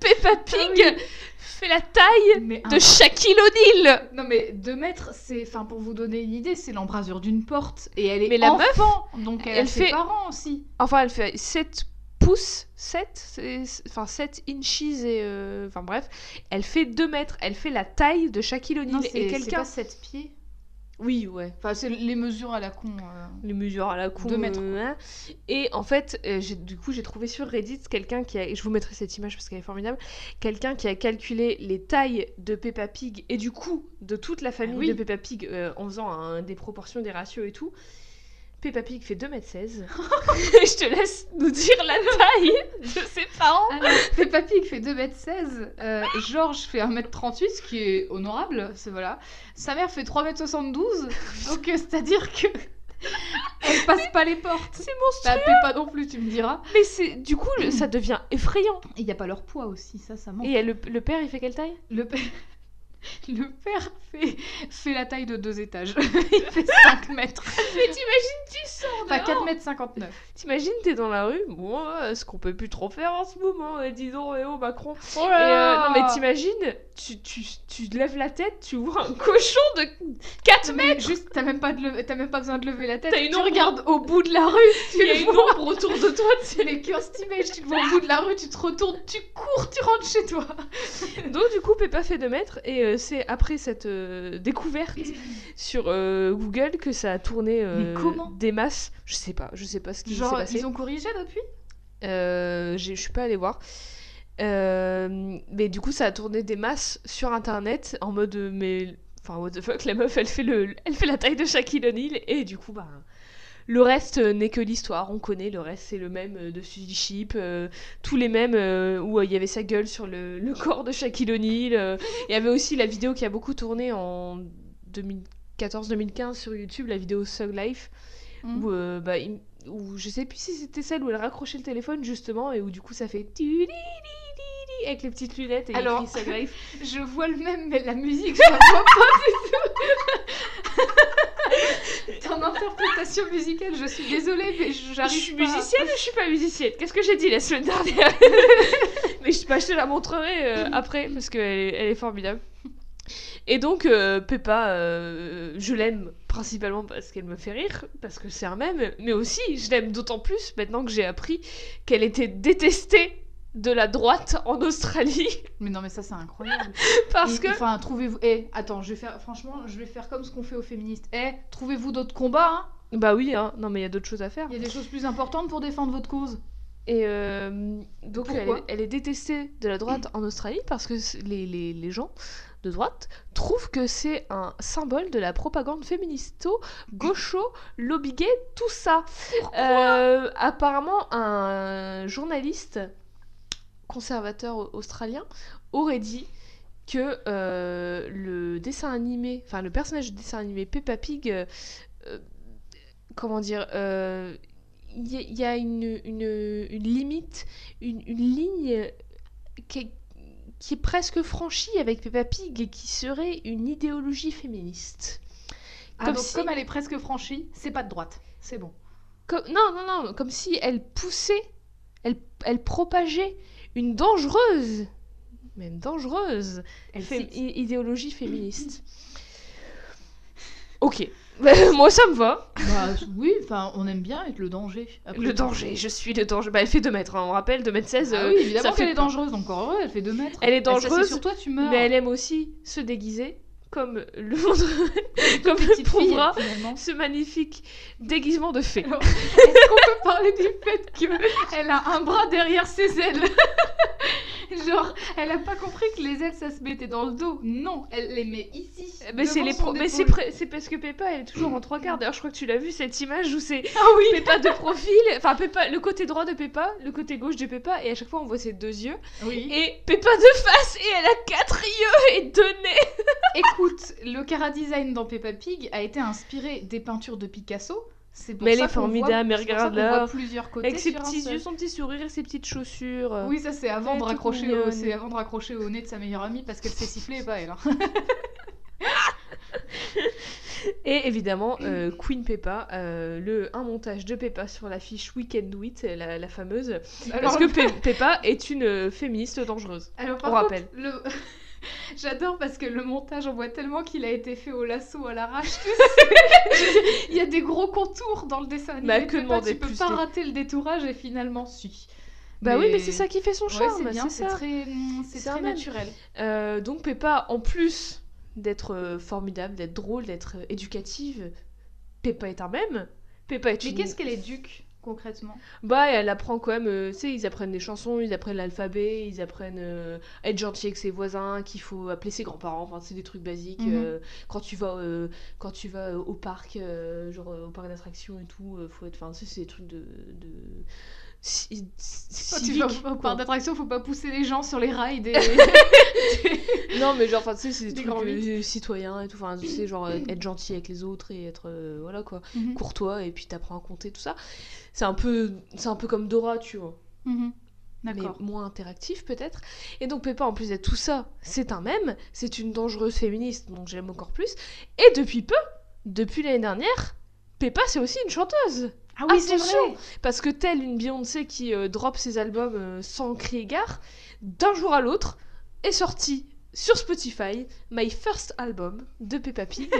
A: Peppa Pig fait la taille
B: Mais un-
A: de Shaquille O'Neal.
B: Non mais 2 mètres, c'est, enfin pour vous donner une idée, c'est l'embrasure d'une porte et elle est
A: Mais la
B: enfant, donc elle,
A: elle
B: a ses
A: fait-
B: parents aussi.
A: Enfin, elle fait 7 pouces, 7, enfin 7 inches et... euh, Enfin bref, elle fait 2 mètres, elle fait la taille de Shaquille
B: Non,
A: O'Neal.
B: c'est,
A: Et
B: c'est
A: quelqu'un...
B: pas 7 pieds.
A: Oui, ouais.
B: Enfin, c'est les mesures à la con. euh.
A: Les mesures à la con.
B: Deux mètres,
A: euh, hein. Et en fait, euh, j'ai- du coup, j'ai trouvé sur Reddit quelqu'un qui a... et Je vous mettrai cette image parce qu'elle est formidable. Quelqu'un qui a calculé les tailles de Peppa Pig et du coup de toute la famille
B: Ah oui.
A: de Peppa Pig euh, en faisant un- des proportions, des ratios et tout. Peppa Pig fait 2m16. [laughs] je te laisse nous dire la taille de ses parents.
B: Alors, [laughs] Peppa Pig fait 2m16, euh, Georges fait 1m38, ce qui est honorable, c'est voilà. Sa mère fait
A: [laughs]
B: 3m72, donc euh, c'est-à-dire que [laughs] elle passe pas les portes.
A: C'est monstrueux.
B: Bah, Peppa non plus, tu me diras.
A: Mais c'est du coup, le- ça devient effrayant.
B: Il n'y a pas leur poids aussi, ça, ça manque.
A: Et elle- le, le père, il fait quelle taille
B: Le père, [laughs] le père fait, fait la taille de deux étages. [laughs] Il fait 5 mètres.
A: Mais t'imagines, tu sors
B: Enfin, 4 mètres 59.
A: T'imagines, t'es dans la rue. Bon, euh, ce qu'on peut plus trop faire en ce moment. euh, dis donc, et oh Macron.
B: Oh
A: Et, euh, non, mais t'imagines, tu, tu, tu lèves la tête, tu vois un cochon de 4 mètres.
B: Juste, t'as même, pas de lever- t'as même pas besoin de lever la tête.
A: T'as une
B: tu
A: ombre.
B: regardes au bout de la rue, tu
A: Il y a
B: le
A: une
B: vois.
A: ombre autour de toi.
B: [laughs]
A: tu sais.
B: Les curses t'imagines, tu le vois au bout de la rue, tu te retournes, tu cours, tu rentres chez toi.
A: [laughs] Donc du coup, Peppa fait 2 mètres et euh, c'est après cette euh, découverte sur euh, Google que ça a tourné euh,
B: Mais comment
A: des masses. Je sais pas, je sais pas ce qui s'est
B: Genre,
A: passé.
B: ils ont corrigé depuis
A: Euh, j'ai- je suis pas allée voir. Euh, mais du coup, ça a tourné des masses sur internet en mode euh, mais Enfin, what the fuck, la meuf, elle fait, le, elle fait la taille de Shaquille O'Neal et du coup, bah. Le reste euh, n'est que l'histoire, on connaît, le reste c'est le même euh, de Suzy Sheep, euh, tous les mêmes euh, où euh, il y avait sa gueule sur le, le corps de Shaquille O'Neal. euh, Il y avait aussi la vidéo qui a beaucoup tourné en 2014-2015 sur YouTube, la vidéo Sug Life,
B: Mm.
A: où, euh, bah, il- où je sais plus si c'était celle où elle raccrochait le téléphone justement et où du coup ça fait tu-li-li-li-li avec les petites lunettes et il y a
B: Alors-
A: écrit Sug [laughs] Life.
B: Je vois le même, mais la musique, je la vois pas [laughs] du tout. Ton interprétation musicale, je suis désolée, mais je-
A: Je
B: j'arrive
A: suis
B: pas.
A: musicienne ou je suis pas musicienne Qu'est-ce que j'ai dit la semaine dernière [laughs] Mais je, bah, je te la montrerai euh, après parce qu'elle est, elle est formidable. Et donc, euh, Peppa, euh, je l'aime principalement parce qu'elle me fait rire, parce que c'est un mème, mais aussi je l'aime d'autant plus maintenant que j'ai appris qu'elle était détestée de la droite en Australie [laughs]
B: Mais non, mais ça, c'est [laughs] incroyable.
A: parce
B: Et-
A: que.
B: Enfin, trouvez-vous... Eh, attends, je vais faire... Franchement, je vais faire comme ce qu'on fait aux féministes. Eh, trouvez-vous d'autres combats, hein
A: Bah oui, hein, non mais il y a d'autres choses à faire.
B: Il y a des choses plus importantes pour défendre votre cause.
A: Et euh, donc elle
B: Pourquoi
A: est, elle est détestée de la droite en Australie parce que c- les, les, les gens de droite trouvent que c'est un symbole de la propagande féministo, gaucho, lobby gay, tout ça. Euh, apparemment, un journaliste conservateur australien aurait dit que euh, le dessin animé, enfin le personnage de dessin animé Peppa Pig, euh, euh, comment dire, euh, il y, a- il y a une, une- une limite, une, une ligne qui est, qui est presque franchie avec Peppa Pig et qui serait une idéologie féministe.
B: Ah,
A: Comme
B: donc,
A: si-
B: comme elle est presque franchie, c'est pas de droite. C'est bon.
A: Comme- non, non, non, comme si elle poussait, elle, elle propageait une dangereuse, même dangereuse,
B: Elle
A: fé-
B: cite.
A: i- idéologie [clears throat] féministe. ok, [laughs] moi ça me va.
B: Bah, oui, enfin, on aime bien être le danger. Après
A: Le
B: tout.
A: danger, je suis le danger. Bah, elle fait 2 mètres, hein, on rappelle, 2 mètres 16.
B: Ah
A: euh,
B: oui,
A: ça
B: évidemment
A: fait
B: qu'elle est
A: peur.
B: dangereuse, donc heureux, elle fait 2 mètres.
A: Elle est
B: Elle s'assied
A: dangereuse,
B: sur toi, tu meurs.
A: Mais elle aime aussi se déguiser, comme le
B: [laughs]
A: montre, comme le
B: Petite fille,
A: prouvera
B: finalement.
A: ce magnifique déguisement de fée.
B: [laughs] Est-ce qu'on peut parler du fait qu'elle a un bras derrière ses ailes [laughs] Genre, elle a pas compris que les ailes, ça se mettait dans le dos. Non, elle les met ici.
A: Mais c'est
B: devant
A: les
B: son
A: pro- mais c'est
B: épaule.
A: pré- c'est parce que Peppa elle est toujours en trois quarts. D'ailleurs, je crois que tu l'as vu cette image où c'est
B: Ah oui
A: Peppa de profil, enfin Peppa, le côté droit de Peppa, le côté gauche de Peppa, et à chaque fois on voit ses deux yeux.
B: [laughs] Oui.
A: Et Peppa de face, et elle a quatre yeux et deux nez.
B: Écoute, le cara design dans Peppa Pig a été inspiré des peintures de Picasso. C'est pour
A: Mais elle
B: ça
A: est
B: qu'on voit-
A: formidable, mais
B: c'est pour ça
A: regarde
B: qu'on
A: là.
B: voit plusieurs côtés
A: Avec ses
B: sur un
A: petits
B: seul.
A: yeux, son petit sourire et ses petites chaussures.
B: Oui, ça c'est avant,
A: Elle est
B: de
A: toute
B: raccrocher au-
A: mignonne.
B: c'est avant de raccrocher au nez de sa meilleure amie parce qu'elle s'est sifflée et pas elle. hein.
A: Et évidemment, euh, Queen Peppa, euh, le, un montage de Peppa sur l'affiche Weekend Wit, la, la fameuse. Parce
B: [laughs] Alors,
A: que [laughs] Pe- Peppa est une euh, féministe dangereuse.
B: alors,
A: on
B: par contre,
A: rappelle.
B: le- [laughs] J'adore parce que le montage, on voit tellement qu'il a été fait au lasso à l'arrache. [laughs] tu sais. [laughs] Il y a des gros contours dans le dessin animé.
A: Bah,
B: de
A: que
B: Peppa,
A: demander
B: Tu peux
A: plus,
B: pas
A: t'es-
B: rater le détourage et finalement, si.
A: Bah oui, mais c'est ça qui fait son
B: Ouais,
A: charme,
B: bah,
A: bah,
B: c'est bien,
A: c'est
B: c'est
A: ça.
B: très, mm, c'est
A: C'est un
B: très
A: mème.
B: naturel.
A: Euh, donc Peppa, en plus d'être euh, formidable, d'être drôle, d'être euh, éducative, Peppa est un même. Peppa est
B: Mais
A: une-
B: qu'est-ce qu'elle est duc concrètement
A: Bah, elle apprend quand même, euh, tu sais, ils apprennent des chansons, ils apprennent l'alphabet, ils apprennent euh, à être gentil avec ses voisins, qu'il faut appeler ses grands-parents, enfin, c'est des trucs basiques.
B: Mhm.
A: euh, quand tu vas, euh, quand tu vas euh, au parc, euh, genre euh, au parc d'attractions et tout, euh, faut être. Enfin, tu sais, c'est des trucs de. de... ci- ci-
B: Quand Oh, tu vas
A: civiques,
B: au
A: quoi.
B: parc d'attraction, faut pas pousser les gens sur les rails des.
A: Non, mais genre, enfin, tu sais, c'est des,
B: Des grands
A: trucs euh, citoyens et tout. Enfin, tu sais, genre, euh, être gentil avec les autres et être. euh, voilà quoi.
B: [laughs] Mhm.
A: Courtois et puis t'apprends à compter, tout ça. C'est un, peu- c'est un peu comme Dora, tu vois.
B: Mhm.
A: mais
B: D'accord.
A: moins interactif peut-être. Et donc Peppa, en plus d'être tout ça, c'est un mème, c'est une dangereuse féministe, donc j'aime encore plus. Et depuis peu, depuis l'année dernière, Peppa, c'est aussi une chanteuse.
B: Ah
A: Attention Parce que telle une Beyoncé qui euh, drop ses albums euh, sans crier gare, d'un jour à l'autre, est sortie sur Spotify My First Album de Peppa Pig.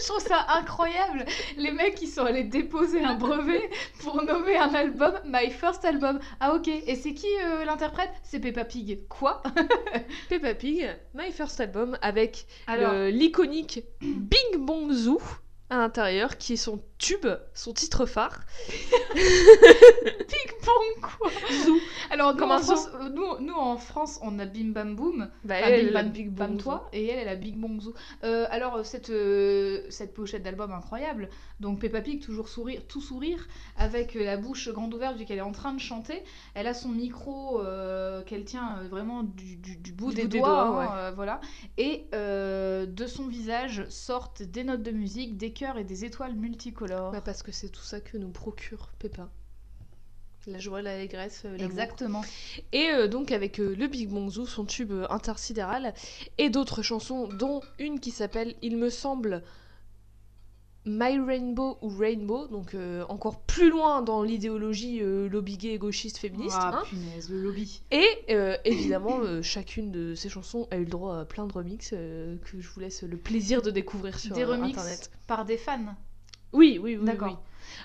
B: Je trouve ça incroyable. Les mecs, ils sont allés déposer un brevet pour nommer un album My First Album. Ah ok. Et c'est qui euh, l'interprète C'est Peppa Pig. Quoi
A: Peppa Pig, My First Album, avec
B: Alors,
A: le- l'iconique Bing Bong Zoo à l'intérieur, qui est son tube, son titre
B: [laughs]
A: phare.
B: Pig Pong quoi
A: Zoo.
B: Alors, nous,
A: Comme
B: en
A: un
B: France, euh, nous, nous en France, on a Bim Bam Boom.
A: Bah,
B: Enfin,
A: elle,
B: Bim
A: elle a
B: Bam-
A: Big
B: Bam
A: Bang
B: Toi, et elle, elle a Big Bang Zoo. Euh, alors, cette, euh, cette pochette d'album incroyable. Donc, Peppa Pig, toujours sourire, tout sourire, avec euh, la bouche grande ouverte, vu qu'elle est en train de chanter. Elle a son micro euh, qu'elle tient euh, vraiment du, du- du bout
A: Du
B: des
A: bout des
B: doigts.
A: doigts,
B: hein, euh, voilà. Et euh, de son visage sortent des notes de musique, des cœurs et des étoiles multicolores.
A: Bah, parce que c'est tout ça que nous procure Peppa. La joie, l'allégresse, euh, l'amour.
B: Exactement.
A: Et euh, donc avec euh, le Big Bang Zoo, son tube euh, intersidéral, et d'autres chansons, dont une qui s'appelle, il me semble, My Rainbow ou Rainbow, donc euh, encore plus loin dans l'idéologie euh, lobby gay, gauchiste, féministe.
B: Ah,
A: hein.
B: punaise, le lobby.
A: Et euh, évidemment, euh, chacune de ces chansons a eu le droit à plein de remixes euh, que je vous laisse le plaisir de découvrir sur
B: des
A: euh,
B: remixes
A: Internet.
B: par des fans.
A: Oui, oui, oui.
B: D'accord.
A: oui.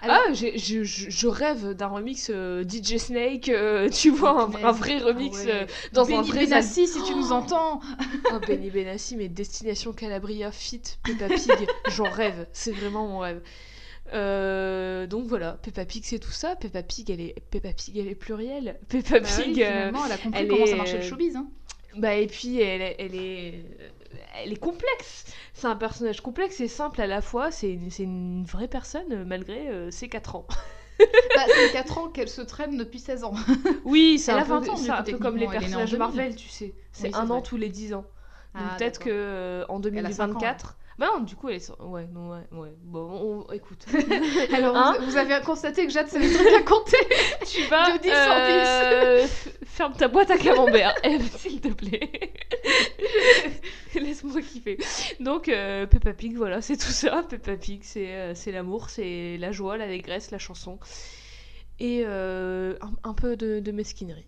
B: Alors-
A: Ah, j'ai- je, je- je rêve d'un remix euh, DJ Snake, euh, tu vois, un,
B: Mais-
A: un vrai remix
B: Ah ouais.
A: euh, dans
B: Benny
A: un vrai album.
B: Benassi, si tu nous entends.
A: Oh, Benny Benassi, mais Destination Calabria, Fit, Peppa Pig, j'en rêve, c'est vraiment mon rêve. Euh, donc voilà, Peppa Pig c'est tout ça, Peppa Pig elle est, Peppa Pig, elle est plurielle, Peppa
B: Bah oui,
A: Pig... euh,
B: finalement, elle a compris
A: elle
B: comment
A: est-
B: ça marchait le showbiz. hein.
A: bah et puis elle, est- elle est... Elle est complexe, c'est un personnage complexe et simple à la fois, c'est une, c'est une vraie personne euh, malgré euh, ses 4 ans.
B: Bah, c'est 4 ans qu'elle se traîne depuis 16 ans.
A: Oui, c'est
B: Elle
A: un,
B: a 20
A: peu,
B: ans, du
A: c'est
B: coup,
A: un peu comme les
B: techniquement, elle est née en
A: personnages
B: 2000.
A: Marvel, tu sais. C'est
B: Oui, c'est
A: un an
B: vrai.
A: tous les 10 ans. Donc
B: Ah,
A: peut-être
B: d'accord.
A: que euh, en
B: Elle a cinq ans, hein.
A: 2024. Bah non, du coup elle est. sur- Ouais, non, ouais, ouais. Bon, on-
B: [laughs]
A: écoute.
B: Alors, vous-
A: Hein
B: vous, avez constaté que Jade savait très bien compter.
A: tu vas.
B: De 10 en
A: euh, f- ferme ta boîte à camembert, [laughs] Eve, s'il te plaît. [laughs] Laisse-moi kiffer. Donc, euh, Peppa Pig, voilà, c'est tout ça. Peppa Pig, c'est euh, c'est l'amour, c'est la joie, l'allégresse, la chanson. Et euh, un, un peu de, de mesquinerie.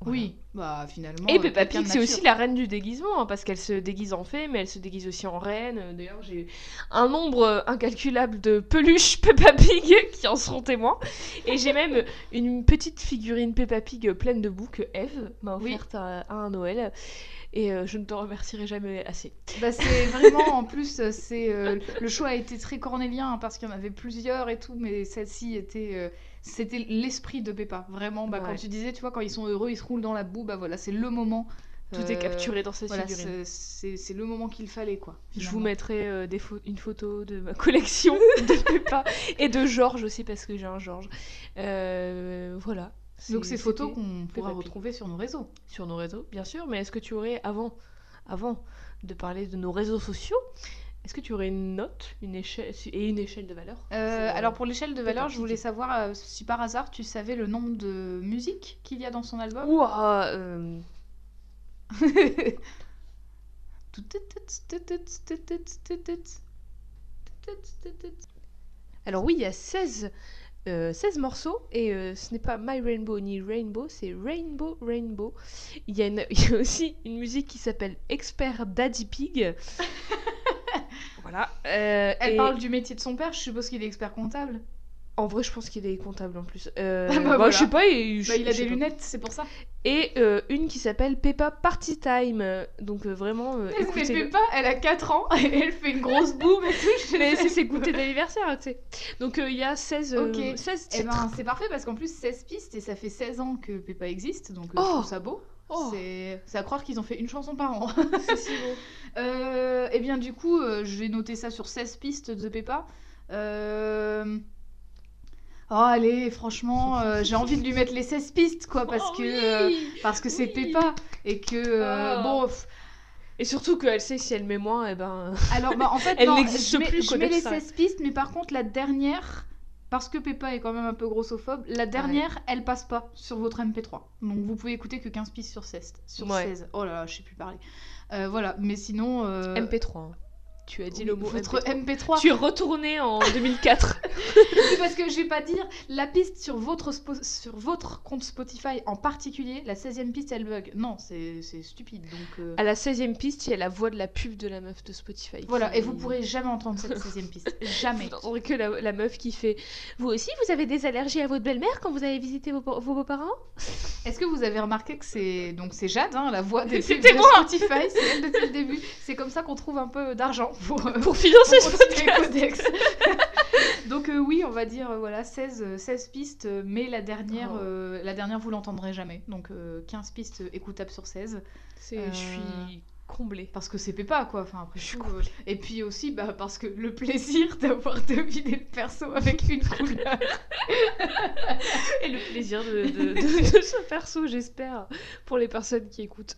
A: Voilà.
B: Oui, bah finalement.
A: Et
B: euh,
A: Peppa
B: quelqu'un
A: Pig,
B: de
A: c'est
B: nature.
A: aussi la reine du déguisement, hein, parce qu'elle se déguise en fée, mais elle se déguise aussi en reine. Euh, D'ailleurs, j'ai un nombre euh, incalculable de peluches [laughs] Peppa Pig qui en seront témoins. Et j'ai même euh, une petite figurine Peppa Pig euh, pleine de bouts que Eve m'a
B: Oui.
A: offerte à, à un Noël. Et euh, je ne te remercierai jamais assez.
B: Bah,
A: [laughs]
B: c'est vraiment, en plus, euh, c'est euh, le choix a été très cornélien hein, parce qu'il y en avait plusieurs et tout, mais celle-ci était. euh, c'était l'esprit de Peppa, vraiment. Bah, Quand
A: Ouais.
B: tu disais, tu vois, quand ils sont heureux, ils se roulent dans la boue, bah voilà, c'est le moment.
A: Tout est
B: Euh,
A: capturé dans cette
B: Voilà,
A: figurine.
B: c'est- c'est c'est le moment qu'il fallait, quoi.
A: Je vous
B: finalement.
A: mettrai euh, des pho- une photo de ma
B: [laughs]
A: collection de Peppa et de Georges aussi, parce que j'ai un Georges. Euh, voilà.
B: Donc ces photos
A: c'était-
B: qu'on pourra
A: Pig.
B: retrouver sur nos réseaux.
A: sur nos réseaux, bien sûr, mais est-ce que tu aurais, avant, avant de parler de nos réseaux sociaux, est-ce que tu aurais une note une échelle, et une échelle de valeur
B: Euh, alors pour l'échelle de valeur, je
A: Peppa
B: voulais
A: Pig.
B: savoir euh, si par hasard tu savais le nombre de musiques qu'il y a dans son album. [laughs]
A: Ouah, euh,
B: Tout, tout, tout, tout, tout, tout, tout, tout, tout.
A: Alors oui, il y a 16, euh, 16 morceaux, et euh, ce n'est pas My Rainbow ni Rainbow, c'est Rainbow Rainbow. Il y, a une- [laughs] il y a aussi une musique qui s'appelle Expert Daddy [laughs] Pig. voilà. euh,
B: Elle
A: et-
B: parle du métier de son père, je suppose qu'il est expert comptable.
A: En vrai, je pense qu'il est comptable en plus. Euh,
B: bah
A: bah,
B: voilà.
A: Je sais pas, il, je-
B: Bah, il a
A: je sais
B: des
A: pas.
B: lunettes, c'est pour ça.
A: et euh, une qui s'appelle Peppa Party Time. Euh, Donc euh, vraiment, euh,
B: Mais
A: écoutez-le.
B: Peppa, elle a 4 ans et elle fait une grosse [laughs] boum et tout.
A: [laughs] Mais c'est ses goûters d'anniversaire, hein, tu sais. Donc euh, il y a 16, euh,
B: Ok.
A: 16 titres.
B: [laughs] Eh ben, c'est parfait parce qu'en plus 16 pistes et ça fait 16 ans que Peppa existe, donc euh, je
A: Oh.
B: trouve ça beau.
A: Oh.
B: C'est c'est à croire qu'ils ont fait une chanson par an.
A: c'est si [laughs] beau.
B: Euh, eh bien, du coup, euh, je vais noter ça sur 16 pistes de Peppa. Euh... Oh, allez, franchement, euh, j'ai envie de lui mettre les 16 pistes, quoi, parce
A: Oh
B: que euh,
A: oui
B: parce que c'est
A: oui.
B: Peppa et que euh,
A: Oh.
B: bon. pff,
A: Et surtout qu'elle sait si elle met moins, et ben.
B: alors, bah, en fait,
A: [laughs] Elle
B: non,
A: n'existe
B: je mets,
A: plus,
B: je
A: quoi,
B: mets les
A: ça.
B: 16 pistes, mais par contre, la dernière, parce que Peppa est quand même un peu grossophobe, la dernière, elle passe pas sur votre MP3. Donc, vous pouvez écouter que 15 pistes sur 16. Sur
A: Ouais.
B: 16. Oh là là, je sais plus parler. Euh, voilà, mais sinon. euh,
A: MP3. hein. Tu as dit le
B: oui,
A: mot
B: votre
A: MP3.
B: MP3.
A: Tu es retourné en [laughs] 2004.
B: C'est parce que je vais pas dire la piste sur votre, spo- sur votre compte Spotify en particulier, la 16e piste elle bug. Non, c'est c'est stupide. Donc euh,
A: à la 16ème piste, il y a la voix de la pub de la meuf de Spotify. qui-
B: voilà, et vous pourrez jamais entendre cette 16e piste.
A: [laughs]
B: Jamais.
A: Vous n'entendrez que la, la meuf qui fait Vous aussi, vous avez des allergies à votre belle-mère quand vous allez visiter vos, vos beaux-parents
B: Est-ce que vous avez remarqué que c'est donc c'est Jade hein, la voix des pubs
A: C'était
B: de
A: moi
B: Spotify, c'est elle depuis le début. C'est comme ça qu'on trouve un peu d'argent pour euh,
A: Pour financer
B: pour
A: ce
B: continuer
A: podcast
B: Codex. [laughs] Donc euh, oui, on va dire euh, voilà 16, euh, 16 pistes, euh, mais la dernière,
A: Oh.
B: euh, la dernière vous l'entendrez jamais. Donc euh, 15 pistes écoutables sur 16.
A: C'est-
B: Euh,
A: Je suis comblée.
B: Parce que c'est Pépa quoi. Enfin, après,
A: Je suis
B: tout,
A: comblée.
B: euh, Et puis aussi bah, parce que le plaisir d'avoir [laughs] deviné le perso avec
A: [laughs]
B: une couleur.
A: Et le plaisir de, de, de- de ce [laughs] perso, j'espère, pour les personnes qui écoutent.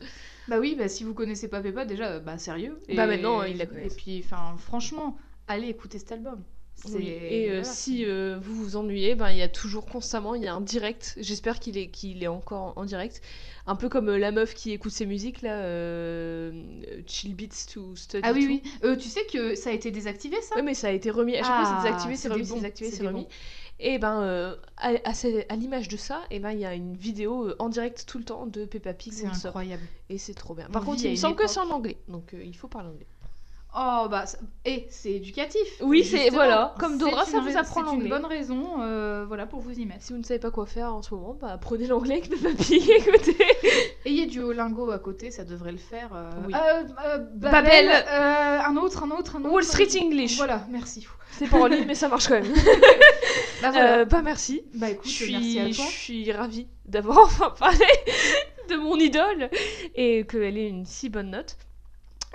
B: bah oui, bah, si vous connaissez pas Pépa déjà, euh, bah sérieux.
A: Bah, maintenant, euh, ils la
B: Et
A: connaissent.
B: puis enfin franchement, allez écouter cet album. C'est-
A: Oui. Et euh,
B: voilà.
A: si euh, vous vous ennuyez, ben, il y a toujours constamment, il y a un direct. J'espère qu'il est, qu'il est encore en, en direct. Un peu comme euh, la meuf qui écoute ses musiques, là, euh, Chill Beats to Study.
B: ah oui
A: to.
B: oui, Euh, tu sais que ça a été désactivé ça
A: Ouais, mais ça a été remis. À chaque fois,
B: Ah,
A: c'est désactivé, c'est
B: des
A: remis,
B: bons,
A: c'est désactivé,
B: c'est
A: c'est
B: des
A: remis.
B: bons.
A: Et ben, euh, à, à ce- à l'image de ça, et ben, il y a une vidéo euh, en direct tout le temps de Peppa Pig.
B: C'est
A: où il sort.
B: incroyable.
A: Et c'est trop bien.
B: On
A: Par
B: vit
A: contre,
B: à
A: il me
B: une
A: semble que
B: époque.
A: c'est en anglais, donc euh, il faut parler anglais.
B: Oh bah ça- eh, c'est éducatif.
A: Oui, c'est-
B: Justement,
A: voilà. Comme Dora,
B: c'est
A: ça
B: une
A: vous
B: rais-
A: apprend
B: C'est une
A: l'anglais.
B: bonne raison, euh, voilà, pour vous y mettre.
A: Si vous ne savez pas quoi faire en ce moment, bah, prenez l'anglais avec [laughs] Peppa Pig, écoutez.
B: Ayez du Olingo à côté, ça devrait le faire. euh,
A: Oui.
B: euh, euh, Babel,
A: Babel.
B: euh, un autre, un autre, un autre.
A: Wall Street English.
B: Voilà, merci.
A: C'est pas en ligne, mais ça marche [laughs] quand même.
B: Bah voilà.
A: Euh, bah merci.
B: bah écoute,
A: Je suis,
B: merci à toi.
A: je suis ravie d'avoir [laughs] enfin parlé de mon idole et qu'elle ait une si bonne note.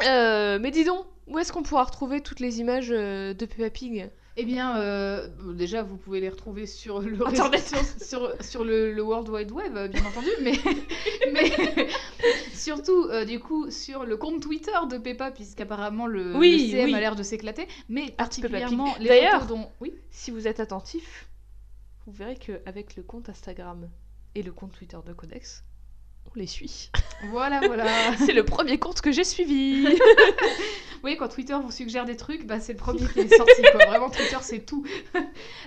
A: Euh, mais dis donc, où est-ce qu'on pourra retrouver toutes les images euh, de Peppa Pig
B: Eh bien, euh, bon, déjà, vous pouvez les retrouver sur le
A: Internet.
B: sur, [laughs] sur, sur le, le World Wide Web, euh, bien entendu, mais, [laughs] mais [laughs] surtout, euh, du coup, sur le compte Twitter de Peppa, puisqu'apparemment le,
A: Oui,
B: le CM
A: oui.
B: a l'air de s'éclater, mais
A: Artie Peppa Pig.
B: particulièrement les
A: D'ailleurs-
B: photos dont... Oui
A: [laughs] Si vous êtes attentif, vous verrez qu'avec le compte Instagram et le compte Twitter de Codex, on les suit.
B: voilà, voilà.
A: [laughs] C'est le premier compte que j'ai suivi.
B: Oui, quand Twitter vous suggère des trucs, bah, c'est le premier qui est sorti. Quoi. Vraiment, Twitter, c'est tout. [laughs]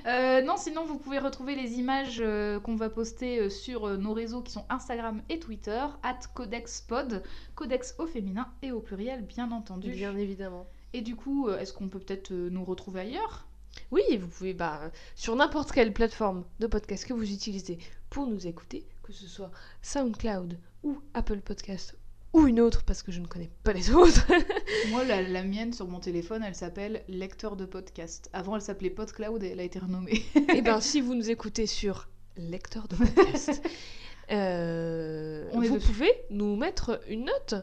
B: Euh, non, sinon, vous pouvez retrouver les images euh, qu'on va poster euh, sur euh, nos réseaux qui sont Instagram et Twitter, at CodexPod, Codex au féminin et au pluriel, bien entendu.
A: [laughs] Bien évidemment.
B: Et du coup, euh, est-ce qu'on peut peut-être euh, nous retrouver ailleurs
A: Oui, vous pouvez bah, sur n'importe quelle plateforme de podcast que vous utilisez pour nous écouter, que ce soit SoundCloud ou Apple Podcast ou une autre parce que je ne connais pas les [laughs] autres.
B: Moi, la, la mienne sur mon téléphone, elle s'appelle Lecteur de podcast. Avant, elle s'appelait PodCloud et elle a été renommée. [laughs]
A: Et bien Eh ben, si vous nous écoutez sur lecteur de
B: [laughs]
A: podcast, euh,
B: On est
A: vous
B: dessus.
A: pouvez nous mettre une note,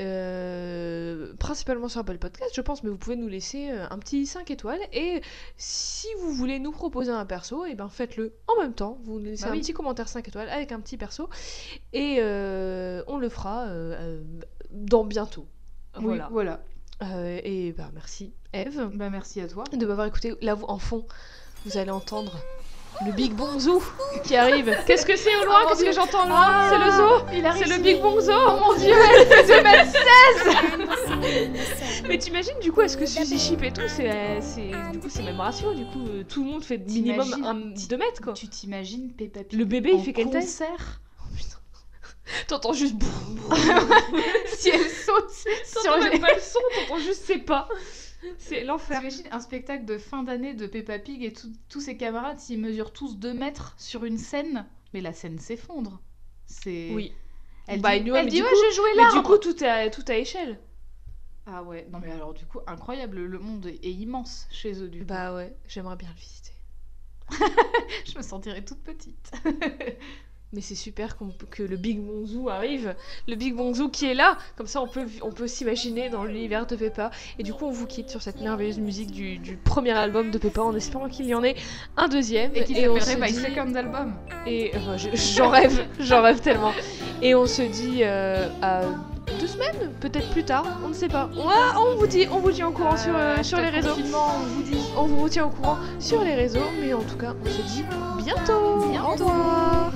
A: euh, principalement sur Apple Podcast, je pense, mais vous pouvez nous laisser euh, un petit 5 étoiles. Et si vous voulez nous proposer un perso, et ben faites-le en même temps. Vous nous laissez
B: Bah
A: un
B: oui.
A: petit commentaire 5 étoiles avec un petit perso, et euh, on le fera euh, euh, dans bientôt. Voilà.
B: Oui, voilà.
A: Euh, et ben merci, Eve
B: Bah, merci à toi.
A: de m'avoir écouté. Là, vous- en fond, vous allez entendre le Big Bonzo qui arrive. Qu'est-ce que c'est au loin
B: Oh mon
A: Qu'est-ce que
B: Dieu.
A: j'entends au loin C'est le zoo C'est le Big Bonzo Oh mon dieu Mais t'imagines, du coup, est-ce que Suzy Chip et tout, c'est euh, c'est- du coup, c'est le même ratio Du coup, euh, tout le monde fait minimum
B: T'imagines
A: 2 mètres, quoi.
B: Tu t'imagines Peppa Pig
A: Le bébé, il
B: en
A: fait quelle taille [laughs]
B: concert
A: Oh, putain. T'entends juste... boum, boum.
B: si elle saute sur
A: T'entends même
B: les...
A: pas le [laughs] son, t'entends juste ses pas. C'est l'enfer.
B: T'imagines un spectacle de fin d'année de Peppa Pig et tout- tous ses camarades, ils mesurent tous 2 mètres sur une scène, mais la scène s'effondre. C'est...
A: Oui.
B: Elle
A: Bah,
B: dit,
A: anyway,
B: elle
A: mais
B: dit,
A: du
B: ouais,
A: coup-
B: je jouais
A: Mais
B: là.
A: du coup, tout est à, tout à échelle.
B: Ah ouais, non mais alors du coup, incroyable, le monde est est immense chez eux du coup.
A: Bah ouais, j'aimerais bien le visiter.
B: [laughs] Je me sentirais toute petite.
A: Mais c'est super qu'on peut- que le Big Bonzou arrive, le Big Bonzou qui est là, comme ça on peut, on peut s'imaginer dans l'univers de Peppa. Et du coup on vous quitte sur cette merveilleuse musique du, du premier album de Peppa en espérant qu'il y en ait un deuxième.
B: Et qui
A: on
B: s'appellerait
A: se
B: My
A: dit-
B: Second Album.
A: et enfin, je- j'en rêve, j'en rêve tellement. Et on se dit euh, à deux semaines, peut-être plus tard, on ne sait pas. On, ah, on vous dit, on vous tient au courant sur, euh,
B: Euh,
A: sur les
B: hashtag
A: réseaux.
B: confinement, on vous dit.
A: On vous tient au courant sur les réseaux, mais en tout cas on se dit bientôt.
B: Bientôt.
A: Au revoir.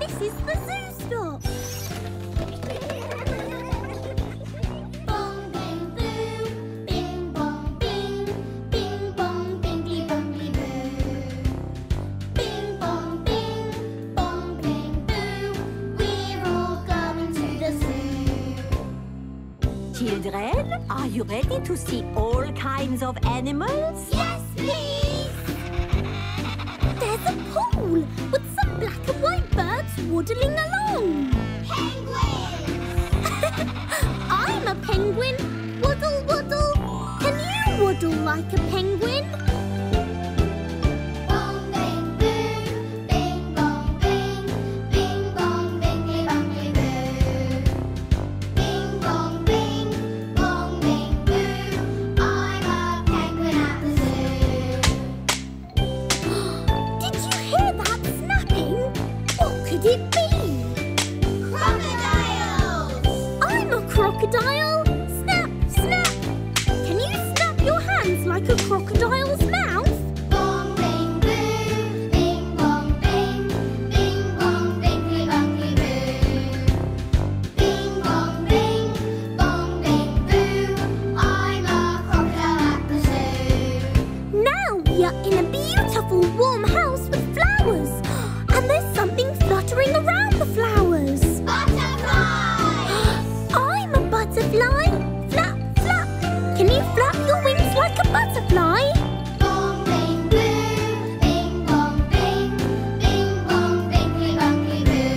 C: This is the zoo store. Bong bing boo, bing bong bing, bing bong bingy bongly boo. Bing bong bing, bong bing boo, we're all going to the zoo.
E: Children, are you ready to see all kinds of animals?
C: Yes, please! There's a pool with some black and white birds waddling along. [laughs] Penguins! I'm a penguin. Waddle, waddle. Can you waddle? like a penguin? Bong bing boo, bing bong bing, bing bong bingly bongly boo. Bing bong bing, bong bing boo. I'm a penguin at the zoo.
F: Did you hear that snapping? What could it be?
C: Crocodiles!
F: I'm a crocodile. Snap, snap. Can you snap your hands like a crocodile's mouth?
C: Bong bing boo, bing bong bing, bing bong bingly bongly boo. Bing bong bing, bong bing boo. I'm a crocodile at the zoo.
F: Now we are in a beautiful warm house with flowers. [gasps] And there's something fluttering around the flowers.
C: Butterflies!
F: I'm a butterfly. Flap, flap. Can you flap your wings like a butterfly?
C: Bong bing boo, bing bong bing, bing bong bingly bongly boo.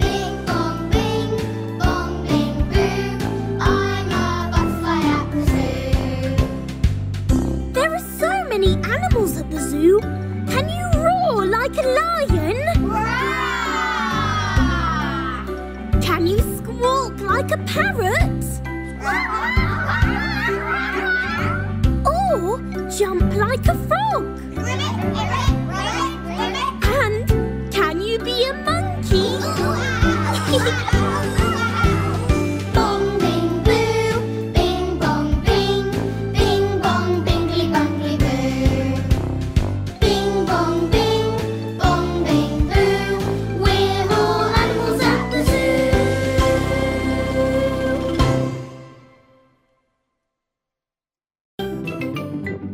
C: Bing bong bing, bong bing boo. I'm a butterfly at the zoo.
F: There are so many animals at the zoo. Can you roar like a lion? Can you squawk like a parrot? Or jump like a frog? And can you be a monkey?
C: Bong bing boo, bing bong bing, bing bong bingly bongly boo. Bing bong bing, bong bing boo. We're all animals at the zoo.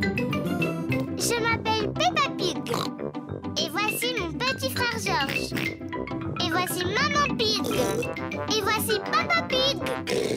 G: Je m'appelle Peppa Pig. Et voici mon petit frère Georges. Et voici Maman Pig. Et voici Papa Pig.